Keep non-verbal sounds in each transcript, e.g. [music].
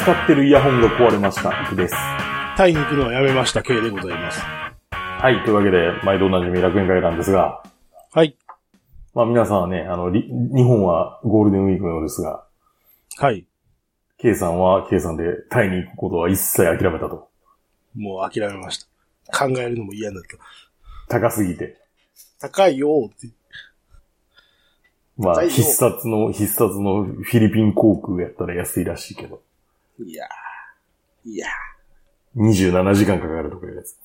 使ってるイヤホンが壊れました。いくです。タイに行くのはやめました、K でございます。はい。というわけで、毎度おなじみ楽園会なんですが、はい。まあ皆さんはね、あの、り日本はゴールデンウィークのようですが、はい。 K さんは K さんでタイに行くことは一切諦めたと。もう諦めました。考えるのも嫌になった。高すぎて。高いよーって。まあ、高いよ必殺の、必殺のフィリピン航空やったら安いらしいけど、いやー。いや27時間かかるとかいうやつ。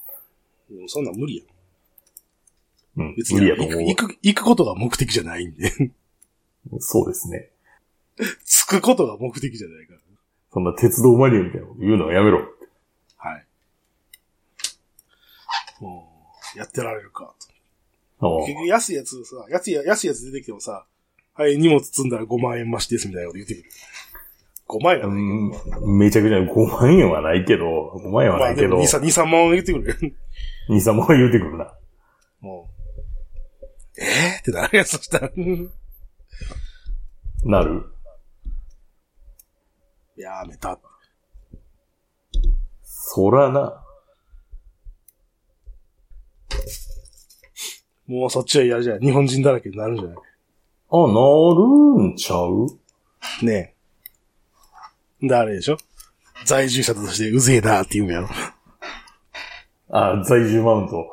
ー。もうそんなん無理やん。うん。別無に理やと行く思行く、行くことが目的じゃないんで。 [laughs] う。そうですね。着くことが目的じゃないから。そんな鉄道マニアみたいなこと言うのはやめろ。はい。もう、やってられるかと。ああ結局安いやつさ、安いや、安いやつ出てきてもさ、はい、荷物積んだら5万円増しですみたいなこと言ってくる。5万円うはないんめちゃくちゃ5万円はないけど、5万円はなまあいけでど、も2、2、3、2 3万円言ってくる。 3万は言うてくるな。もう。ええー、ってなるやつそしたら。なる。やめた。そらな。もうそっちは嫌じゃない。日本人だらけになるんじゃなあ、なるんちゃういねえ。で、あれでしょ在住者としてうぜえなって言うんやろ。あ、在住マウント。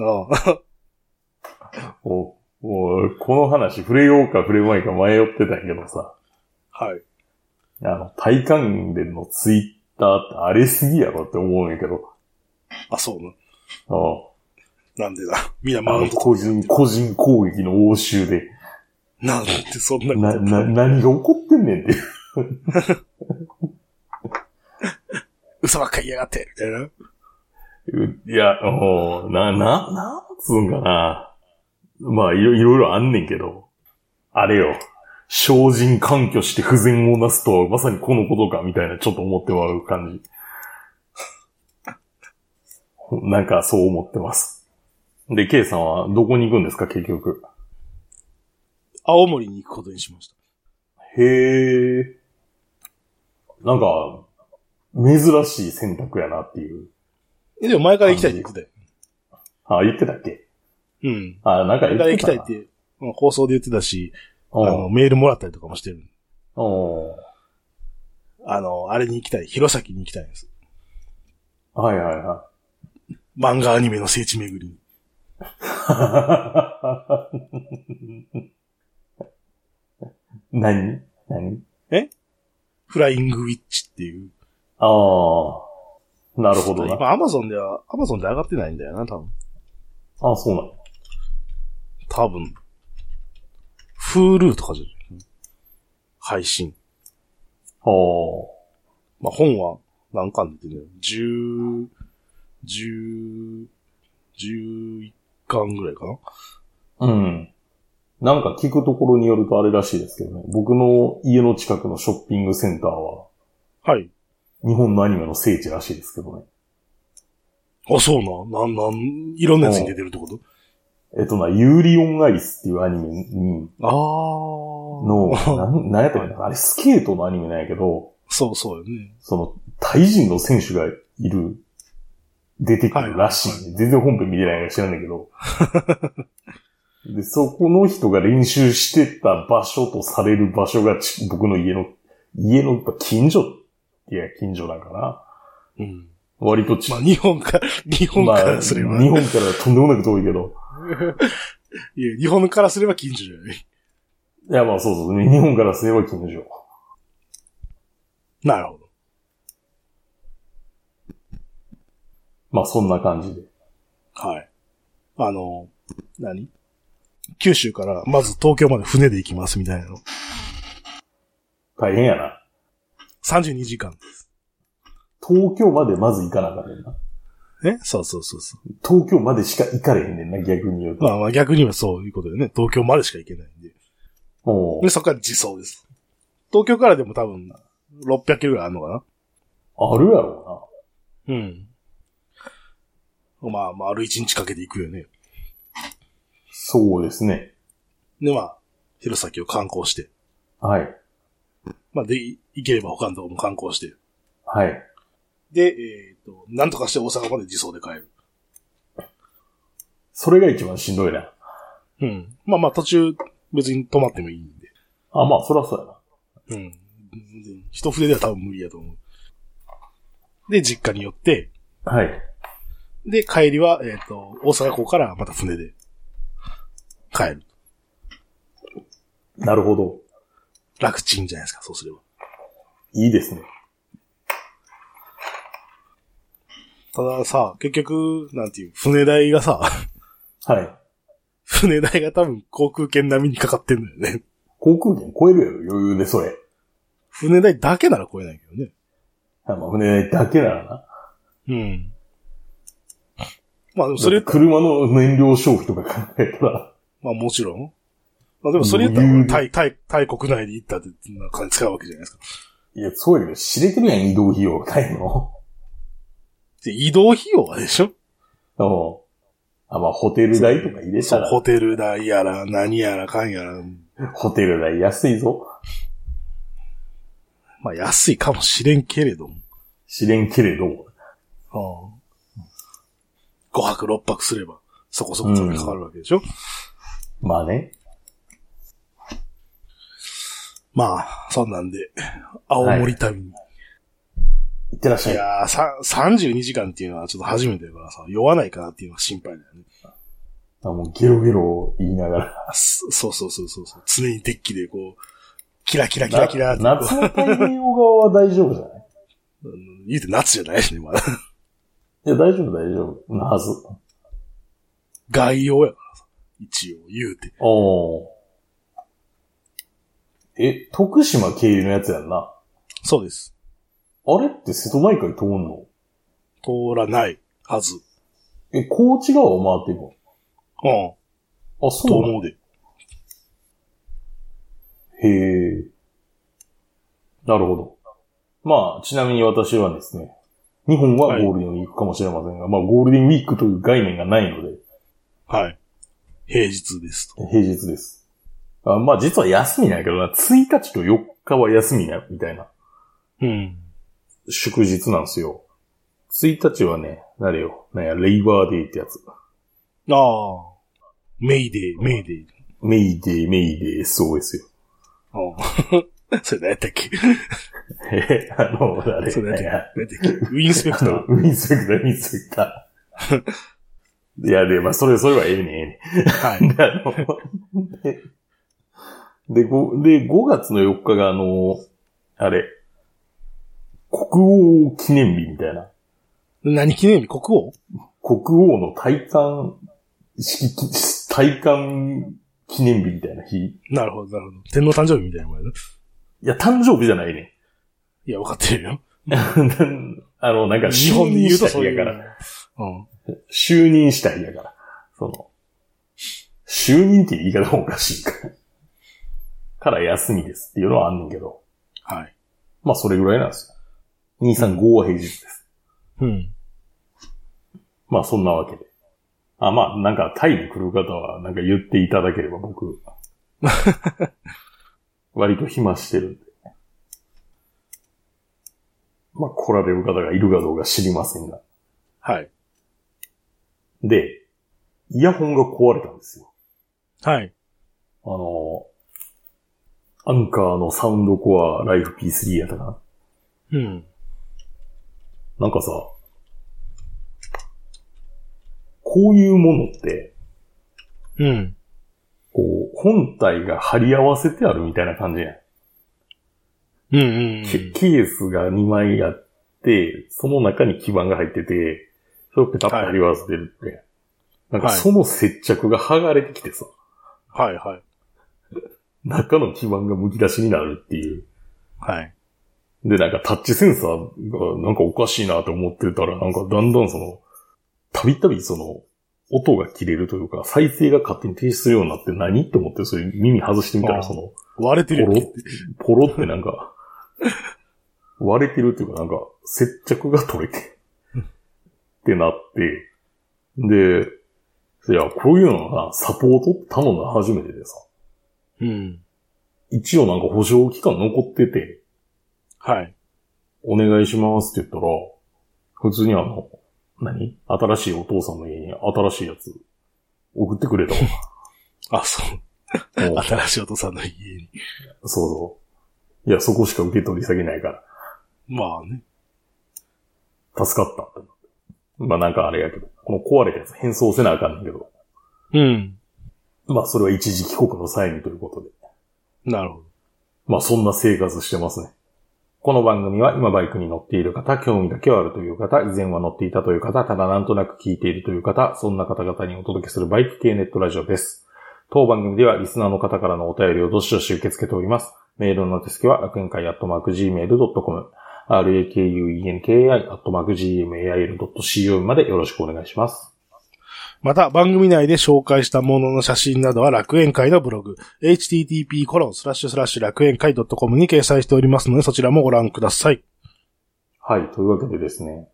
ああ。おおこの話触れようか触れまいか迷ってたんやけどさ。はい。あの、体感でのツイッターって荒れすぎやろって思うんやけど。あ、そうな。あなんでだ。みんなあマウの、ント個人、個人攻撃の応酬で。なんでそんなな、こと。な、何が起こってんねんっていう。嘘ばっかり言いやがって。みたいな。いや、おうな、な、なんつうんかな。まあ、いろいろいろあんねんけど。あれよ。精進環挙して不全をなすとは、まさにこのことか、みたいな、ちょっと思ってもらう感じ。 [laughs] なんか、そう思ってます。で、K さんはどこに行くんですか、結局。青森に行くことにしました。へえ。なんか、珍しい選択やなっていう。えでも前から行きたいって言ってたよ。あ、言ってたっけうん。あ、なんか言前っからて行きたたないっ。て、うん放送で言ってたし、あおの、うメールもらったりとかもしてる。おうあの、あれに行きたい。弘前に行きたいんです。はいはいはい。漫画アニメの聖地巡りに。何何フライングウィッチっていう。ああ。なるほどな。今、アマゾンでは、アマゾンで上がってないんだよな、多分。あそうなの。多分。フールとかじゃない配信。おまあ、本は何巻出てるの十、十、十一巻ぐらいかなーうん。なんか聞くところによるとあれらしいですけどね。僕の家の近くのショッピングセンターは、はい。日本のアニメの聖地らしいですけどね。あ、そうな。なん、なん、いろんなやつに出てるってことえっとな、ユーリオンアイスっていうアニメに、あーの、なん、なんやったかなあれスケートのアニメなんやけど、そうそうよね。その、タイ人の選手がいる、出てくるらしいね、全然本編見てないから知らないけど。で、そこの人が練習してた場所とされる場所がち僕の家の、家のやっぱ近所、いや、近所だから、うん。割とち、まあ、日本か、日本からすれば。まあ日本からとんでもなく遠いけど。いや、日本からすれば近所じゃない。いや、まあそうそう、日本からすれば近所。なるほど。まあそんな感じで。はい。あの、何九州から、まず東京まで船で行きますみたいなの。大変やな。 32時間。東京までまず行かなあかんねんな。えそうそうそうそう。東京までしか行かれへんねんな、逆に言うと。まあまあ逆にはそういうことだよね。東京までしか行けないんで。おうで、そこから自走です。東京からでも多分、600キロぐらいあるのかあるやろなうん。まあ、丸1日かけて行くよね。うな。そうですね。で、まあ、弘前を観光して。はい。まあ、で、い行ければ他のところも観光して。はい。で、えっ、と、なんとかして大阪まで自走で帰る。それが一番しんどいな。うん。まあまあ途中別に泊まってもいいんで。あ、まあ、そらそうやな。うん。一筆では多分無理やと思う。で、実家に寄って、はい。で、帰りは、えっ、と、大阪港からまた船で帰る。なるほど。楽ちんじゃないですか、そうすれば。いいですね。たださ、結局、なんていう、船代がさ、 [laughs] はい。船代が多分航空券並みにかかってんだよね。航空券超えるやろ、余裕でそれ。船代だけなら超えないけどね。あまあ、船だけならな。うん。まあでもそれだって、車の燃料消費とか考えたら、まあもちろん。まあでもそれやった余裕でら、タイ、タイ、タイ国内で行ったって、なんか使うわけじゃないですか。いや、そうやけど、知れてるやん、移動費用がないの。 [laughs] で、移動費用はでしょうん。あ、まあ、ホテル代とか入れそたう、ら、ホテル代やら、何やらかんやら。ホテル代安いぞ。まあ安いかもしれんけれども。知れんけれど、 5泊6泊すれば、そこそこそれかかるわけでしょ、まあね。まあ、そんなんで、青森旅に。いってらっしい、ゃい。やー、さ、32時間っていうのはちょっと初めてだからさ、酔わないかなっていうのは心配だよね。あもうゲロゲロ言いながら。あそそうそうそうそうそう。常にデッキでこう、キラキラキラキラってこうな夏の太平洋側は大丈夫じゃないうん言うて夏じゃないしね、まだ。いや、大丈夫、大丈夫。なはず。概要やからさ。一応言うて。おーえ、徳島経由のやつやんな。そうです。あれって瀬戸内海通んの通らないはず。うん。え、高知側を回っていくのあ、そうとなの思うで。へえ。なるほど。まあ、ちなみに私はですね、日本はゴールデンウィークかもしれませんが、まあ、ゴールデンウィークという概念がないので、はい。平日ですと。平日です。あまあ、実は休みなんやけどな、1日と4日は休みな、みたいなうん。祝日なんですよ。1日はね、なれよ、なんや、レイバーデーってやつ。ああ。メイデー、メイデー。メイデー、メイデー、SOS よ。 [laughs] ああ [laughs] それ何やったっけえ、あの、あれ、それな何んややったっけウィンスペク [laughs] タあーの。ウィンスペクター、ウィンスペク [laughs] ター。いや、で、まあ、それ、それはええねん、ええねん。 [laughs] はい。で、あの、で、で、ごで5月の4日があの、あれ、国王記念日みたいな。何記念日国王国王の戴冠式、戴冠記念日みたいな日。いなるほど、なるほど。天皇誕生日みたいなもんやな。や、誕生日じゃない [laughs] ね。いや、分かってるよ。あの、なんか、日本で言うとそう就任した日いう。やから。うん。就任した日やから。その、就任って言い方もおかしいから。から休みですっていうのはあんねんけど。はい。まあ、それぐらいなんですよ。235は平日です。うん。まあ、そんなわけで。あ、まあ、なんか、タイに来る方は、なんか言っていただければ [laughs] 僕、割と暇してるんで。まあ、来られる方がいるかどうか知りませんが。はい。で、イヤホンが壊れたんですよ。はい。あの、アンカーのサウンドコアライフ P3 やったかな。うん。なんかさ、こういうものって、うん。こう、本体が貼り合わせてあるみたいな感じやん。うんうんケケースが2枚あって、その中に基板が入ってて、それをペタッと貼り合わせてるって。なんかはいその接着が剥がれてきてさ、はいはい。中の基板が剥き出しになるっていう。はい。で、なんかタッチセンサーがなんかおかしいなと思ってたら、なんかだんだんその、たびたびその、音が切れるというか、再生が勝手に停止するようになって何って思って、それ耳外してみたあら、あその、割れてるよポロ、ポロってなんか、割れてるっていうかなんか、接着が取れて、ってなって、で、いや、こういうのがサポートって頼んだの初めてでさ、うん。一応なんか保証期間残ってて、はい。お願いしますって言ったら、普通にあの、何新しいお父さんの家に新しいやつ送ってくれたあ、そう。わもう [laughs] 新しいお父さんの家に。そうそう。いや、そこしか受け取り下げないかまあね。ら、助かった。まあなんかあれやけど、この壊れたやつ変装せなあかんねんけど、うん。まあそれは一時帰国の際にということで。なるほど。まあそんな生活してますね。この番組は今バイクに乗っている方、興味だけはあるという方、以前は乗っていたという方、ただなんとなく聞いているという方、そんな方々にお届けするバイク系ネットラジオです。当番組ではリスナーの方からのお便りをどしどし受け付けております。メールの手付けは楽園会アットマーク Gmail.com、rakuenki アットマーク Gmail.co までよろしくお願いします。また、番組内で紹介したものの写真などは楽園会のブログ、http コロンスラッシュスラッシュ楽園会 .com に掲載しておりますので、そちらもご覧ください。はい、というわけでですね。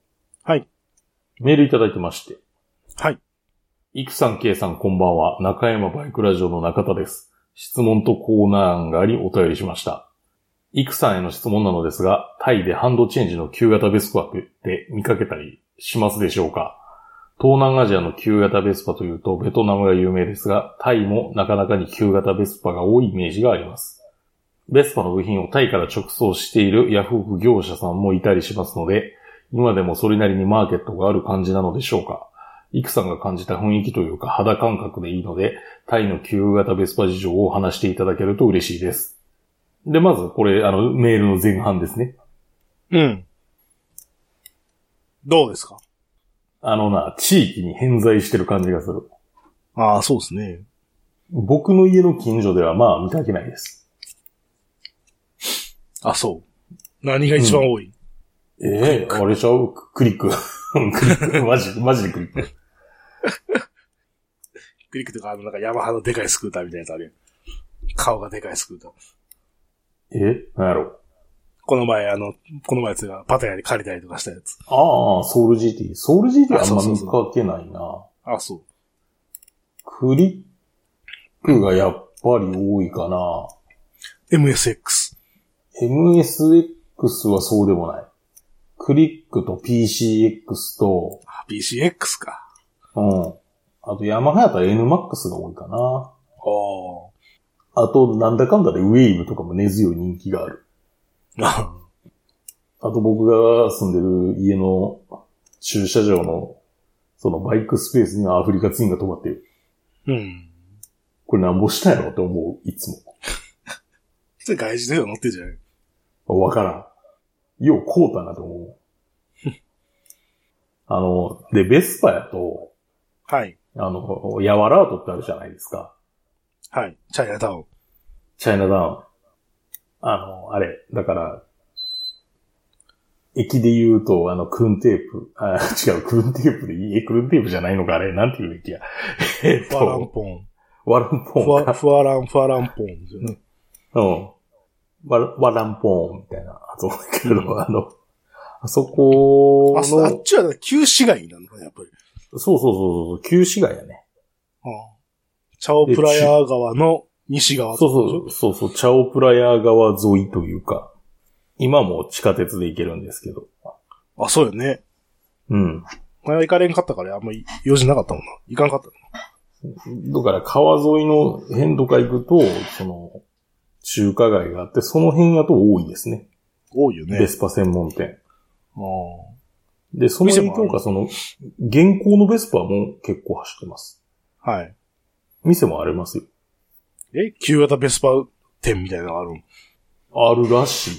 はい。メールいただいてまして。はい。いくさん、けいさん、こんばんは。中山バイクラジオの中田です。質問とコーナー案がありお便りしました。いくさんへの質問なのですが、タイでハンドチェンジの旧型ベスパって見かけたりしますでしょうか東南アジアの旧型ベスパというとベトナムが有名ですが、タイもなかなかに旧型ベスパが多いイメージがあります。ベスパの部品をタイから直送しているヤフオク業者さんもいたりしますので、今でもそれなりにマーケットがある感じなのでしょうかイクさんが感じた雰囲気というか肌感覚でいいので、タイの旧型ベスパ事情を話していただけると嬉しいです。で、まずこれ、あの、メールの前半ですね。うん。どうですかあのな、地域に偏在してる感じがする。ああ、そうですね。僕の家の近所ではまあ見かけないです。あ、そう。何が一番多い、ええあれちゃうク [laughs] リック。クリック。マジ、マジでクリック。クリックとか、あの、なんかヤマハのでかいスクーターみたいなやつあるやん。顔がでかいスクーター。えなんやろこの前、あの、この前やつがパタヤで借りたりとかしたやつ。ああ、ソウル GT。ソウル GT はあんあそうまそう見そうかけないな。あ、そう。クリックがやっぱり多いかな。 MSX。 MSX はそうでもない。クリックと PCX と、あ PCX か。うん。あと、ヤマハやったら NMAX が多いかな。おー。あと、なんだかんだでウェーブとかも根強い人気がある。ああと、僕が住んでる家の駐車場の、そのバイクスペースにはアフリカツインが止まってる。 [laughs] うん。これなんぼしたんやろって思う、いつそれ外人の人が乗ってるじゃないも。わからん。よう買うたなと思う。 [laughs] あの、で、ベスパやと、はい。あの、ヤワラートってあるじゃないですか。はい。チャイナタウン。チャイナダウン。あの、あれ、だから、駅で言うと、あの、クルンテープ。あ、違う、クルンテープでいいえ、クルンテープじゃないのか、あれ、なんていう駅や。 [laughs] えっファランと、ポン。ワランポフーンァ、か。ファラン、ファランポンですよね。うん。ワラワランポーンみたいな、あと、けど、うんあの、あそこあ、の、そあそっちは旧市街なのかね、やっぱり。うそうそうそう、旧市街やね。ああチャオプラヤー川の西側そうそう、そうそう、チャオプラヤー川沿いというか、今も地下鉄で行けるんですけど。う。あ、そうよね。うん。前は行かれんかったから、あんまり用事なかったもんな。行かんかった。だから川沿いの辺とか行くと、その、中華街があって、その辺がと多いですね。多いよね。ベスパ専門店。ああで、その影響か、その、現行のベスパも結構走ってます。はい。店もありますよ。え旧型ベスパ店みたいなのがあるんあるらし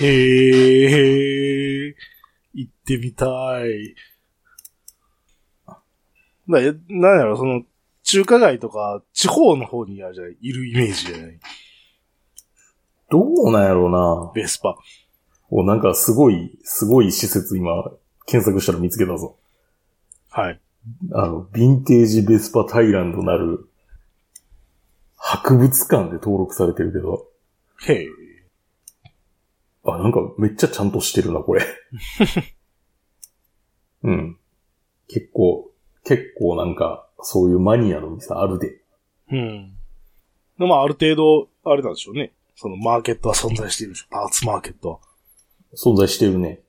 い。へえ、行ってみたい。な、えなんやろ、その、中華街とか、地方の方にあるじゃない、いるイメージじゃないどうなんやろうなベスパ。お、なんかすごい、すごい施設今、検索したら見つけたぞ。はい。あの、ヴィンテージベスパタイランドなる、博物館で登録されてるけど、へえ。あ、なんかめっちゃちゃんとしてるな、こ [laughs] れ。うん。結構、結構なんか、そういうマニアの店あるで。うん。でまあ、ある程度、あれなんでしょうね。その、マーケットは存在しているでしょ。パーツマーケットは。存在してるね。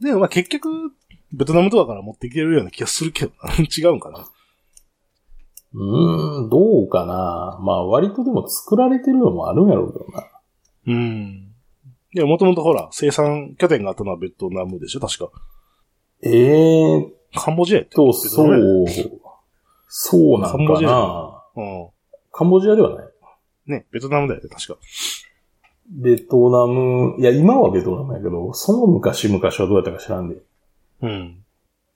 でもまあ結局、ベトナムとかから持っていけるような気がするけどな。 [laughs] 違うんかな。うーん、どうかな。まあ割とでも作られてるのもあるんやろうけどな。うん。いや、もともとほら、生産拠点があったのはベトナムでしょ確か。ええー、カンボジアやって。と、そう、そうなカンんボかジアな。うん。カンボジアではない。ね、ベトナムだよね、確か。ベトナム、いや、今はベトナムやけど、その昔々はどうやったか知らんで。うん。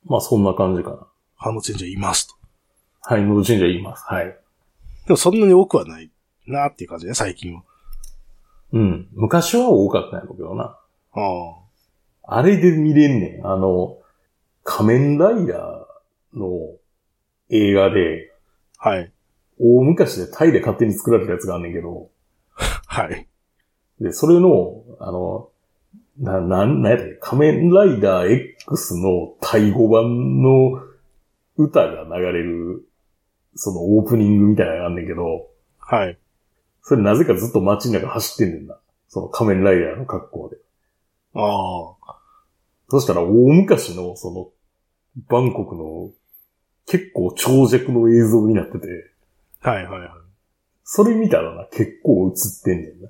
まあそんな感じかな。ハンドチェンジャーいますと。はい、の神社言います。はい。でもそんなに多くはないなっていう感じね、最近は。うん。昔は多かったんやろうけどな。ああ。あれで見れんねん。あの、仮面ライダーの映画で、はい。大昔でタイで勝手に作られたやつがあんねんけど、はい。で、それの、あの、な、なん、なんやったっけ、仮面ライダー X のタイ語版の歌が流れる、そのオープニングみたいなのがあんねんけど、はい。それなぜかずっと街の中走ってんねんな。その仮面ライダーの格好で。ああ。そしたら大昔の、その、バンコクの結構長尺の映像になってて、はいはいはい。それ見たらな、結構映ってんねんな。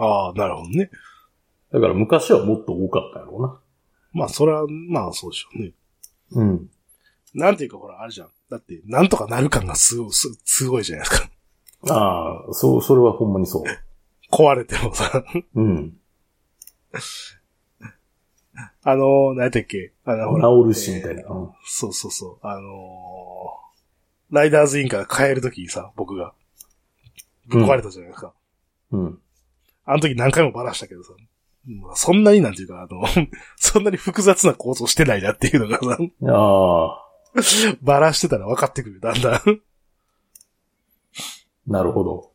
ああ、なるほどね。だから昔はもっと多かったやろうな。まあ、それは、まあ、そうでしょうね。うん。なんていうか、ほら、あるじゃん。だって、なんとかなる感がすごい、すすごいじゃないですか。 [laughs] ああ、そう、それはほんまにそう。壊れてもさ。うん。あのー、何やったっけあの、ほら。治るし、みたいな。うんそうそうそう。あのー、ライダーズインから帰るときにさ、僕が、ぶっ壊れたじゃないですか。うん。あの時何回もバラしたけどさ。まあ、そんなになんていうか、あの、 [laughs] そんなに複雑な構造してないなっていうのがさ、ああ、バラしてたら分かってくる、だんだん。だかなるほど。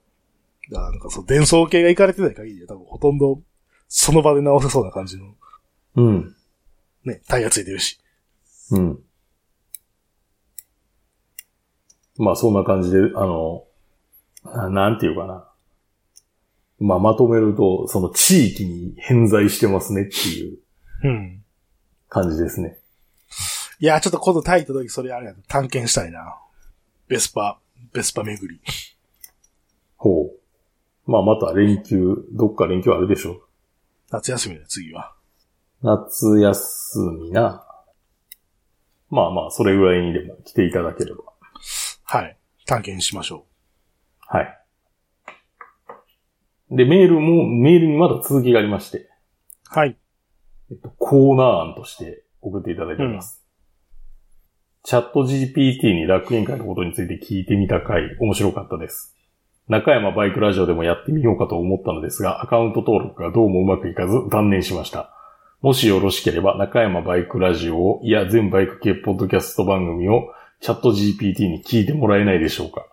らなんかそう、伝送系がいかれてない限りは多分ほとんど、その場で直せそうな感じの、うん。ね、タイヤついてるし。うん。まあ、そんな感じで、あの、ななんていうかな。まあ、まとめると、その地域に偏在してますねっていううん。感じですね。いや、ちょっと今度タイ行った時それあれやな、探検したいな。ベスパ、ベスパ巡り。ほう。まあ、また連休、どっか連休あるでしょ。夏休みだよ、次は。夏休みな。まあまあ、それぐらいにでも来ていただければ。はい。探検しましょはい。で、メールも、メールにまだ続きがありまして、う。はい。えっと、コーナー案として送っていただいております。チャット GPT に楽園会のことについて聞いてみた回、面白かったです。中山バイクラジオでもやってみようかと思ったのですが、アカウント登録がどうもうまくいかず断念しました。もしよろしければ、中山バイクラジオを、いや、全バイク系ポッドキャスト番組を、チャット GPT に聞いてもらえないでしょうか。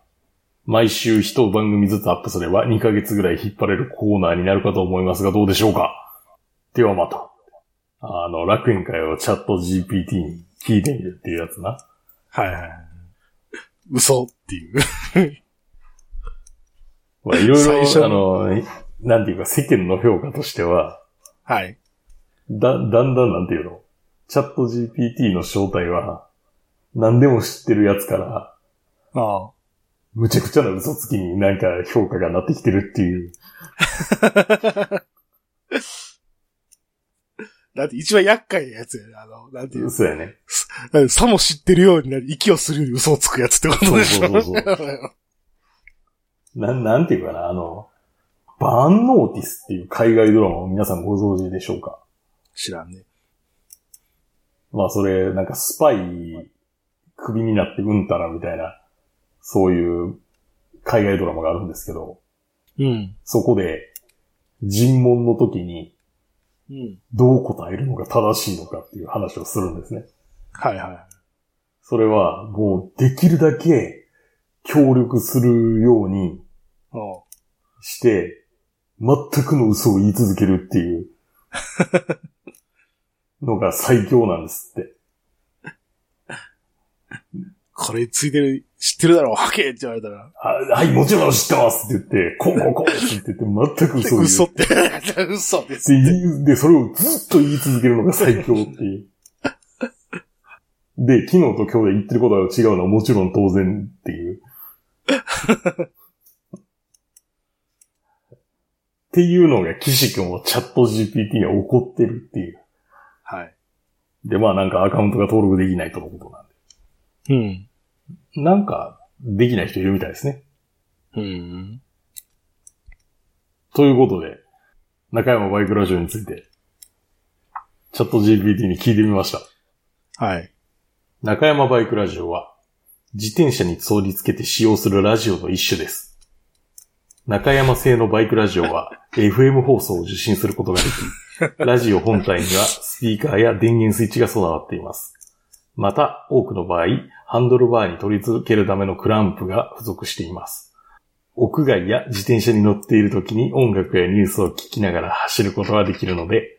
毎週一番組ずつアップすれば2ヶ月ぐらい引っ張れるコーナーになるかと思いますがどうでしょうかではまた。あの、楽園会をチャット GPT に聞いてみるっていうやつな。はいはいはい。嘘っていう。まあ、いろい [laughs] 最初にろ、あの、なんていうか世間の評価としては、はい。だ、だんだんなんていうの、チャット GPT の正体は、何でも知ってるやつから、ああ。むちゃくちゃな嘘つきになんか評価がなってきてるっていう。だって一番厄介なやつやね。あの、なんていう。そうやね。なんかさも知ってるようになり、息をするより嘘をつくやつってことでしょ。そうそうそうなん、なんていうかな、あの、バーンノーティスっていう海外ドラマを皆さんご存知でしょうか知らんね。まあそれ、なんかスパイ、クビになってうんたらみたいな、そういう海外ドラマがあるんですけど、 [laughs] うん。そこで、尋問の時にうん。どう答えるのが正しいのかっていう話をするんですね。はいはそれは、もうできるだけ協力するようにい。おして、全くの嘘を言い続けるっていうのが最強なんですって。これについてる知ってるだろう、はけって言われたら。あはい、もちろん知ってますって言って、こうこうこうって言って、全く嘘を言う。嘘って。 [laughs] 嘘です。で、でそれをずっと言い続けるのが最強っていう。で、昨日と今日で言ってることが違うのはもちろん当然っていう。っていうのが岸君はチャット GPT には怒ってるっていう。はい。で、まあなんかアカウントが登録できないとのことなんうん。で。なんか、できない人いるみたいですね。うん。ということで、中山バイクラジオについて、チャット GPT に聞いてみました。はい。中山バイクラジオは、自転車に装り付けて使用するラジオの一種です。中山製のバイクラジオは、FM 放送を受信することができ、ラジオ本体にはスピーカーや電源スイッチが備わっています。また、多くの場合、ハンドルバーに取り付けるためのクランプが付属しています。屋外や自転車に乗っている時に音楽やニュースを聞きながら走ることができるので、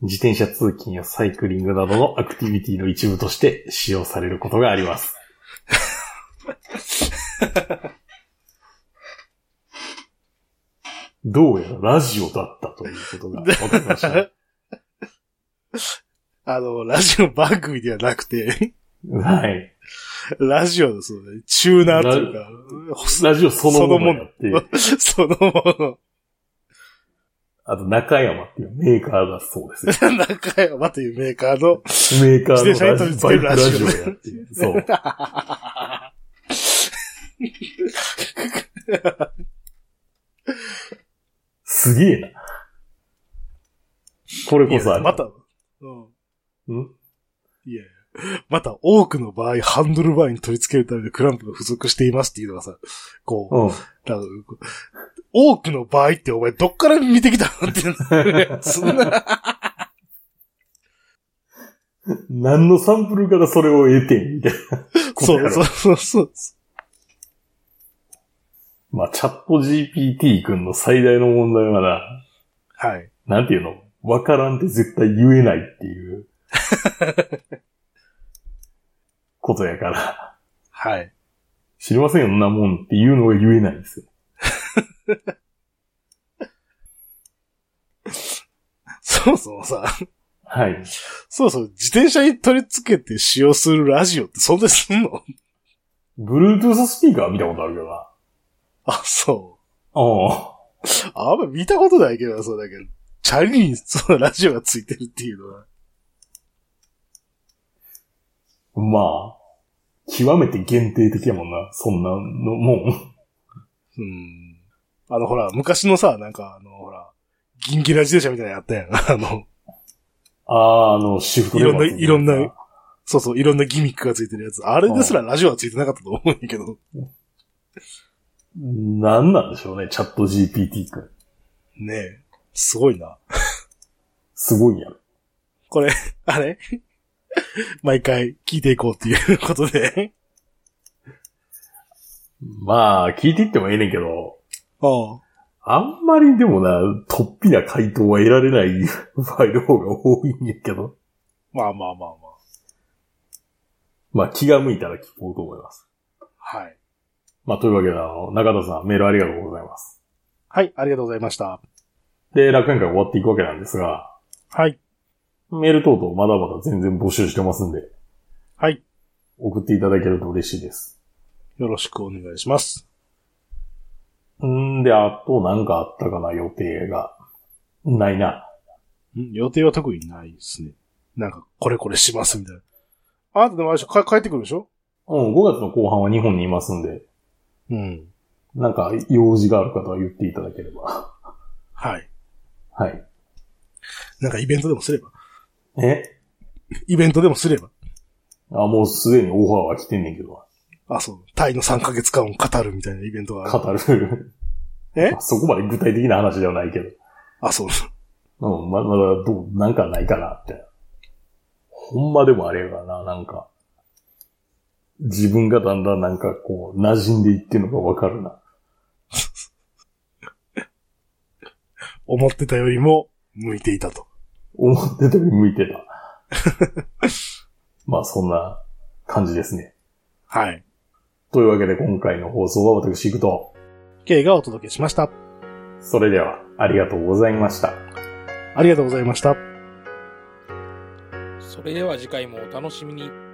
自転車通勤やサイクリングなどのアクティビティの一部として使用されることがあります。 [laughs] どうやらラジオだったということが分かりま [laughs] したね。あの、ラジオ番組ではなくて、 [laughs] はい。ラジオのそうね、チューナーというか、ラジオそのものやって、 [laughs] そのもあと中山っていうメーカーだそうですよ。の、中山というメーカーの、メーカーの自転車に取り付けるバイラクジラオジオやっていう。そう。すげえな。これこそあれまた、うん。んいやいやまた多くの場合、ハンドルバーに取り付けるためのクランプが付属していますっていうのがさ、こう、うん。なんかこう多くの場合ってお前どっから見てきたのって、そんな、何のサンプルからそれを得てんみたいな。ことやそろうそうそうそう。まあ、チャット GPT 君の最大の問題はな、はい。なんていうのわからんって絶対言えないって [laughs] いう。ことやから、はい。知りませんよ、そんなもんっていうのが言えないんですよ。そもそもさ、はい。そもそも自転車に取り付けて使用するラジオって存在すんの Bluetooth スピーカーは見たことあるけどな。あ、そああ。う。あんま見たことないけどな、そうだけど。チャリにそのラジオが付いてるっていうのは。まあ、極めて限定的やもんな。そんなのもん。うん。あの、ほら、昔のさ、なんか、あの、ほら、ギンギラ自転車みたいなのやったやん。 [laughs] あの、ああ、あの、シフトいろんな、いろんな、そうそう、いろんなギミックがついてるやつ。あれですらラジオはついてなかったと思うんやけど。なんなんでしょうね、チャット GPT 君。ねえ。すごいな。すごいやろ。これ、あれ [laughs] 毎回聞いていこうっていうことで。まあ、聞いていってもええねんけど、あああ。んまりでもな、突飛な回答は得られない [laughs] ファイル方が多いんやけど。まあまあまあままあ、気が向いたら聞こうと思います。あ。はい。まあ、というわけで、あの、中田さん、メールありがとうございます。はい、ありがとうございました。で、楽園会終わっていくわけなんですが、はい。メール等々まだまだ全然募集してますんで、はい。送っていただけると嬉しいです。よろしくお願いします。んーで、あと何かあったかな、予定が。ないな。ん予定は特にないですね。なんか、これこれしますみたいな。あなたでもあれでしょか帰ってくるでしょうん、5月の後半は日本にいますんで、うん。なんか用事がある方は言っていただければ。 [laughs] はい。はい。なんかイベントでもすれば。えイベントでもすれば。あ、もうすでにオファーは来てんねんけどあ、そう。タイの3ヶ月間を語るみたいなイベントがある。な、語る。 [laughs] えまあそこまで具体的な話ではないけあ、そう。ど。うん、ままだどう、なんかないかなって。ほんまでもあれやからな、なんか。自分がだんだんなんかこう、馴染んでいってるのがわかるな。思ってたよりも向いていたと。思ってたより向いてた。まあそんな感じですね。はい。というわけで今回の放送は私行くと、 K がお届けしました。それではありがとうございました。ありがとうございました。それでは次回もお楽しみに。